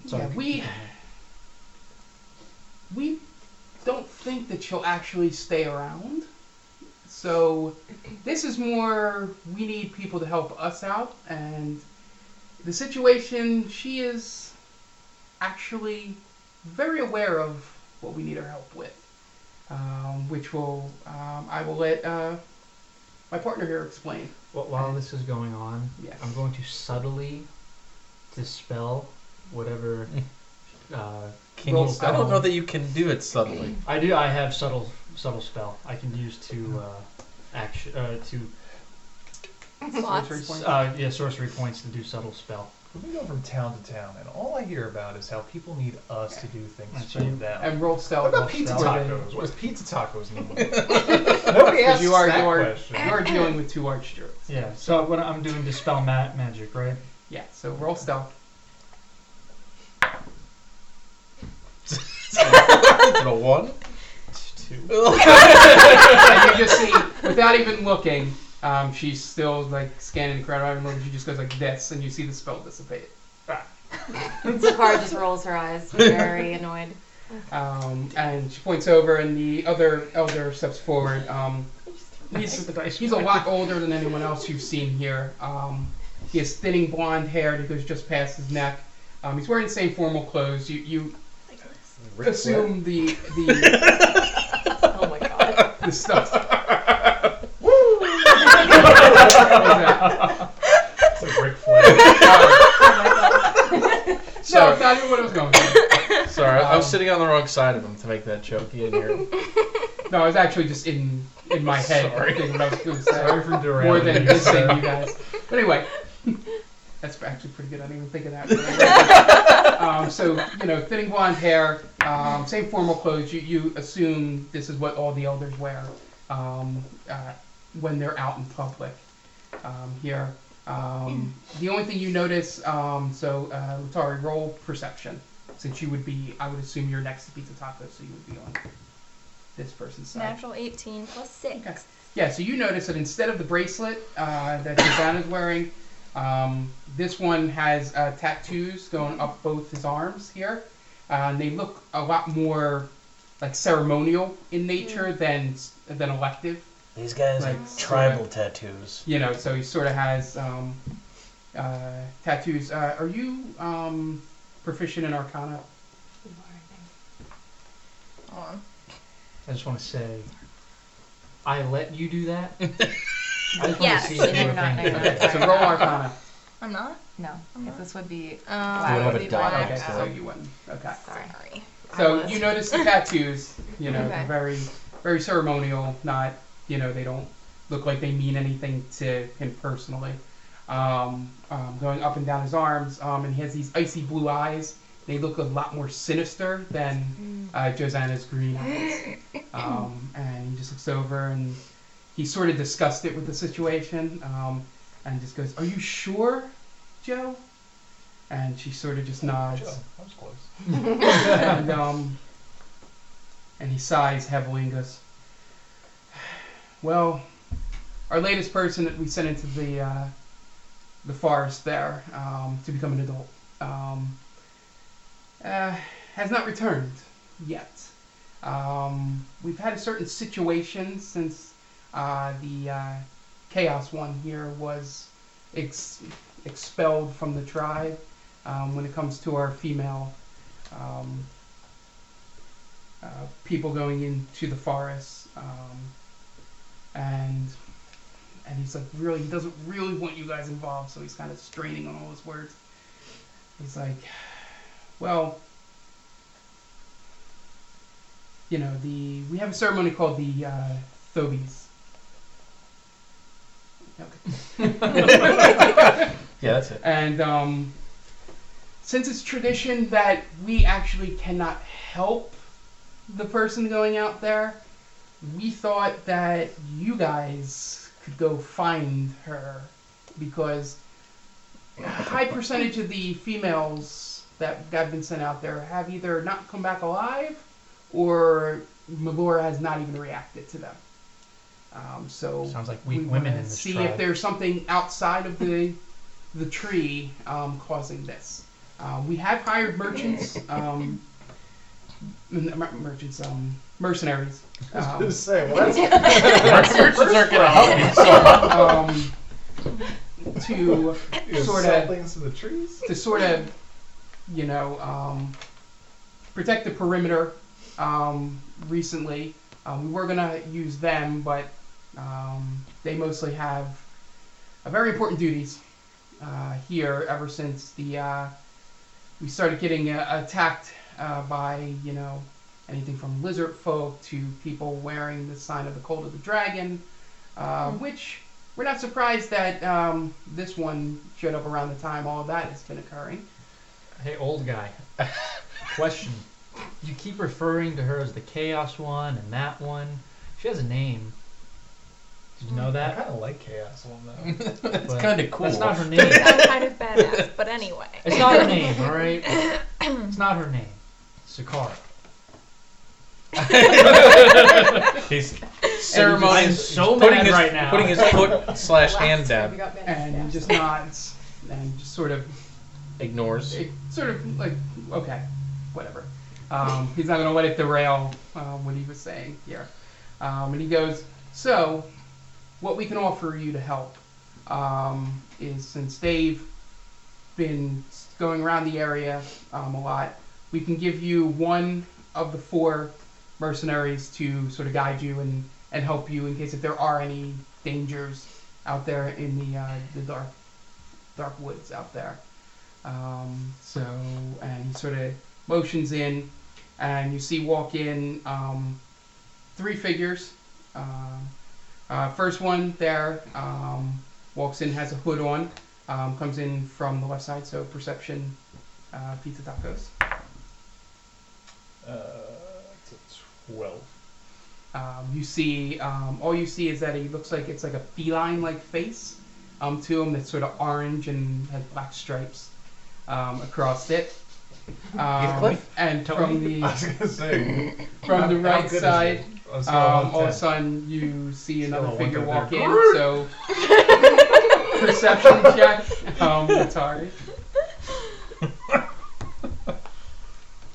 [SPEAKER 2] sorry.
[SPEAKER 1] Yeah, we we don't think that she'll actually stay around. So this is more we need people to help us out and the situation she is actually very aware of what we need her help with. Um, which will um, I will let uh, my partner here explain.
[SPEAKER 2] Wh- While this is going on,
[SPEAKER 1] Yes.
[SPEAKER 2] I'm going to subtly dispel whatever. Uh,
[SPEAKER 6] Can
[SPEAKER 1] Roll
[SPEAKER 6] you, I
[SPEAKER 1] stealth.
[SPEAKER 6] don't know that you can do it subtly.
[SPEAKER 2] I do. I have subtle subtle spell I can use
[SPEAKER 1] Mm-hmm.
[SPEAKER 2] to uh, action uh, to
[SPEAKER 5] Slots.
[SPEAKER 1] Sorcery point.
[SPEAKER 2] uh, yeah sorcery points to do subtle spell.
[SPEAKER 4] We go from town to town, and all I hear about is how people need us to do things
[SPEAKER 2] That's
[SPEAKER 4] for
[SPEAKER 2] you.
[SPEAKER 4] them.
[SPEAKER 1] and roll stealth.
[SPEAKER 4] What about
[SPEAKER 1] roll
[SPEAKER 4] pizza
[SPEAKER 1] stealth.
[SPEAKER 4] tacos? What does pizza tacos mean? Nobody asks
[SPEAKER 1] you are-
[SPEAKER 4] that
[SPEAKER 1] you are-
[SPEAKER 4] question.
[SPEAKER 1] You are dealing with two archdruids.
[SPEAKER 2] Yeah. So what I'm doing dispel ma- magic, right?
[SPEAKER 1] Yeah, so roll stealth.
[SPEAKER 6] Is it a one?
[SPEAKER 8] two.
[SPEAKER 1] and you just see, without even looking, um, she's still like scanning the crowd. I even looking. She just goes like this, and you see the spell dissipate.
[SPEAKER 3] Sakar just rolls her eyes, very annoyed.
[SPEAKER 1] Um, and she points over, and the other elder steps forward. Um, he's, he's a lot older than anyone else you've seen here. Um, he has thinning blonde hair that goes just past his neck. Um, he's wearing the same formal clothes. You you assume the the
[SPEAKER 3] Oh my god.
[SPEAKER 1] the stuff.
[SPEAKER 8] It's like Ric Flair.
[SPEAKER 1] so not even what I was going. For.
[SPEAKER 6] Sorry, I
[SPEAKER 1] Um,
[SPEAKER 6] was sitting on the wrong side of him to make that joke. You didn't hear it.
[SPEAKER 1] No, it was actually just in in my head.
[SPEAKER 6] Sorry.
[SPEAKER 1] thinking what I was going to say.
[SPEAKER 8] Sorry for derailing
[SPEAKER 1] more than
[SPEAKER 8] you,
[SPEAKER 1] missing
[SPEAKER 8] sir.
[SPEAKER 1] you guys. But anyway, that's actually pretty good. I didn't even think of that. um, so you know, thinning blonde hair, um, same formal clothes. You you assume this is what all the elders wear um, uh, when they're out in public um, here. Um, the only thing you notice, um, so uh, Latari, roll perception. Since you would be, I would assume you're next to Pizza Taco, so you would be on this person's side.
[SPEAKER 5] Natural 18 plus 6.
[SPEAKER 1] Okay. Yeah, so you notice that instead of the bracelet uh, that Savannah's wearing, um, this one has uh, tattoos going up both his arms here. Uh, and they look a lot more like ceremonial in nature than than elective.
[SPEAKER 6] These guys
[SPEAKER 1] Like,
[SPEAKER 6] have tribal tattoos.
[SPEAKER 1] You know, so he sort of has um, uh, tattoos. Uh, are you um, proficient in Arcana?
[SPEAKER 5] Hold on.
[SPEAKER 2] I just want to say, I let you do that. I just
[SPEAKER 5] Yes.
[SPEAKER 2] want to see if you
[SPEAKER 3] You're
[SPEAKER 2] were
[SPEAKER 3] not
[SPEAKER 2] paying
[SPEAKER 3] nice.
[SPEAKER 1] Okay, so roll Arcana.
[SPEAKER 5] I'm not?
[SPEAKER 3] No, if this would be. Do you
[SPEAKER 5] Um,
[SPEAKER 3] have
[SPEAKER 5] would
[SPEAKER 6] a
[SPEAKER 5] be
[SPEAKER 6] die?
[SPEAKER 5] black.
[SPEAKER 1] Okay, so you wouldn't. Okay.
[SPEAKER 3] Sorry.
[SPEAKER 5] Sorry.
[SPEAKER 1] So
[SPEAKER 3] Eyeless.
[SPEAKER 1] you notice the tattoos, you know,
[SPEAKER 3] Okay.
[SPEAKER 1] they're very, very ceremonial. Not, you know, they don't look like they mean anything to him personally. Um, um, going up and down his arms, um, and he has these icy blue eyes. They look a lot more sinister than uh, Josanna's green eyes. Um, and he just looks over and he's sort of disgusted with the situation, um, and just goes, "Are you sure, Joe?" And she sort of just nods
[SPEAKER 8] Joe, that was close.
[SPEAKER 1] and um, and he sighs heavily and goes, "Well, our latest person that we sent into the uh, the forest there um, to become an adult um, uh, has not returned yet. Um, we've had a certain situation since uh, the uh, chaos one here was ex- expelled from the tribe." Um, when it comes to our female um, uh, people going into the forest, um, and and he's like, really, he doesn't really want you guys involved, so he's kind of straining on all his words. He's like, well, you know, the we have a ceremony called the uh, Thobies. Okay.
[SPEAKER 6] Yeah, that's it.
[SPEAKER 1] And um, since it's tradition that we actually cannot help the person going out there, we thought that you guys could go find her because a high percentage of the females that have been sent out there have either not come back alive or Melora has not even reacted to them. Um, so
[SPEAKER 2] Sounds like weak
[SPEAKER 1] we
[SPEAKER 2] women
[SPEAKER 1] wanna
[SPEAKER 2] in this
[SPEAKER 1] see
[SPEAKER 2] tribe.
[SPEAKER 1] if there's something outside of the the tree um, causing this. Uh, we have hired merchants, um, n- mer- merchants, um, mercenaries. Um,
[SPEAKER 4] Just say, well, that's
[SPEAKER 6] Merchants aren't gonna help me. So
[SPEAKER 1] um, to
[SPEAKER 4] you
[SPEAKER 1] Sorta.
[SPEAKER 4] sell things to the trees.
[SPEAKER 1] to sort of, you know, um, protect the perimeter. Um, recently, um, we were gonna use them, but um, they mostly have a very important duties uh, here. Ever since the uh, we started getting uh, attacked uh, by, you know, anything from lizard folk to people wearing the sign of the Cult of the Dragon, uh, which we're not surprised that um, this one showed up around the time all that has been occurring.
[SPEAKER 2] Hey, old guy. Question. You keep referring to her as the Chaos One and that one. She has a name. Did you know
[SPEAKER 8] I
[SPEAKER 2] that?
[SPEAKER 8] kind of like Chaos one though.
[SPEAKER 6] it's kind of cool.
[SPEAKER 2] That's not her name.
[SPEAKER 5] I'm kind of badass, but anyway.
[SPEAKER 2] It's not her name, all right? It's not her name. Sakara.
[SPEAKER 6] He's
[SPEAKER 2] I'm
[SPEAKER 6] ceremonious.
[SPEAKER 2] so
[SPEAKER 6] Putting
[SPEAKER 2] mad
[SPEAKER 6] his,
[SPEAKER 2] right now.
[SPEAKER 6] putting his foot slash hand
[SPEAKER 3] We
[SPEAKER 6] down.
[SPEAKER 3] got banned.
[SPEAKER 1] and he just nods and just sort of
[SPEAKER 6] Ignores.
[SPEAKER 1] it sort of like okay, whatever. Um, he's not gonna let it derail um, what he was saying here. Um, and he goes, so what we can offer you to help um, is since they've been going around the area um, a lot, we can give you one of the four mercenaries to sort of guide you and, and help you in case if there are any dangers out there in the uh, the dark dark woods out there. Um, so, and he sort of motions in, and you see walk in um, three figures. Um uh, first one there um, walks in, has a hood on, um, comes in from the left side, so perception uh, pizza tacos.
[SPEAKER 8] Uh, it's a 12.
[SPEAKER 1] Um, you see, um, all you see is that he looks like it's like a feline-like face um, to him that's sort of orange and has black stripes um, across it. Um,
[SPEAKER 6] Heathcliff?
[SPEAKER 1] and from
[SPEAKER 4] I
[SPEAKER 1] the
[SPEAKER 4] was gonna say.
[SPEAKER 1] from the
[SPEAKER 4] How
[SPEAKER 1] right
[SPEAKER 4] good is it?
[SPEAKER 1] side,
[SPEAKER 4] On a scale
[SPEAKER 1] um,
[SPEAKER 4] of one
[SPEAKER 1] all
[SPEAKER 4] to
[SPEAKER 1] of a
[SPEAKER 4] ten.
[SPEAKER 1] sudden you see
[SPEAKER 8] Still
[SPEAKER 1] another
[SPEAKER 8] a
[SPEAKER 1] figure
[SPEAKER 8] window
[SPEAKER 1] walk
[SPEAKER 8] there.
[SPEAKER 1] in. So perception check. Um, sorry.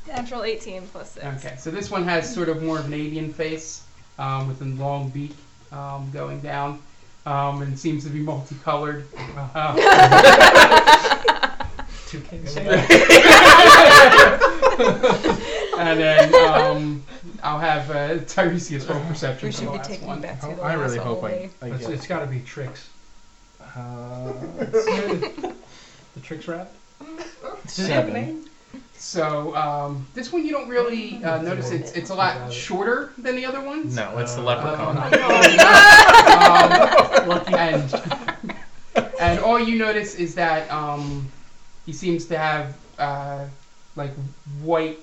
[SPEAKER 5] Natural 18 plus 6.
[SPEAKER 1] Okay, so this one has sort of more of an avian face um, with a long beak um, going down um, and seems to be multicolored. Uh,
[SPEAKER 2] Two K.
[SPEAKER 1] and then um, I'll have uh, Tiresias roll perception
[SPEAKER 5] We
[SPEAKER 1] for the
[SPEAKER 5] should be
[SPEAKER 1] last
[SPEAKER 5] taking
[SPEAKER 1] one.
[SPEAKER 5] back to the
[SPEAKER 6] I really
[SPEAKER 5] last
[SPEAKER 6] hope I,
[SPEAKER 5] hallway.
[SPEAKER 6] I
[SPEAKER 2] It's,
[SPEAKER 6] get it.
[SPEAKER 2] it's got to be tricks.
[SPEAKER 6] Uh,
[SPEAKER 2] the tricks rap.
[SPEAKER 6] seven.
[SPEAKER 1] So um, this one you don't really uh, notice. It's it's a lot shorter than the other ones.
[SPEAKER 6] No, it's the
[SPEAKER 2] Uh,
[SPEAKER 6] leprechaun.
[SPEAKER 2] uh,
[SPEAKER 1] Um,
[SPEAKER 2] Lucky.
[SPEAKER 1] and and all you notice is that um, he seems to have uh, like white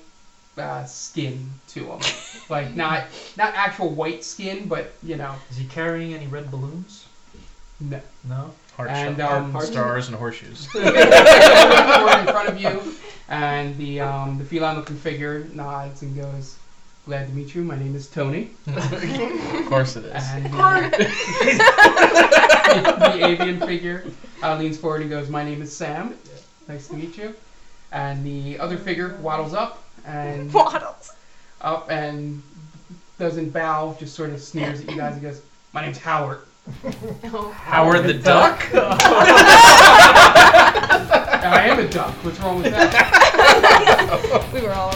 [SPEAKER 1] uh, skin to him, like not not actual white skin, but you know,
[SPEAKER 2] Is he carrying any red balloons?
[SPEAKER 1] no.
[SPEAKER 2] No.
[SPEAKER 6] Heart,
[SPEAKER 1] And,
[SPEAKER 6] star-
[SPEAKER 1] um,
[SPEAKER 6] heart stars and horseshoes.
[SPEAKER 1] Door in front of you, and the um, the feline looking figure nods and goes, "Glad to meet you. My name is Tony."
[SPEAKER 6] of course it is.
[SPEAKER 1] And the, the avian figure uh, leans forward and goes, "My name is Sam. Nice to meet you." And the other figure waddles up and
[SPEAKER 5] Waddles.
[SPEAKER 1] up and doesn't bow, just sort of sneers at you guys and goes, "My name's Howard."
[SPEAKER 6] Howard the Duck?
[SPEAKER 1] I am a duck. What's wrong with that?
[SPEAKER 5] We were all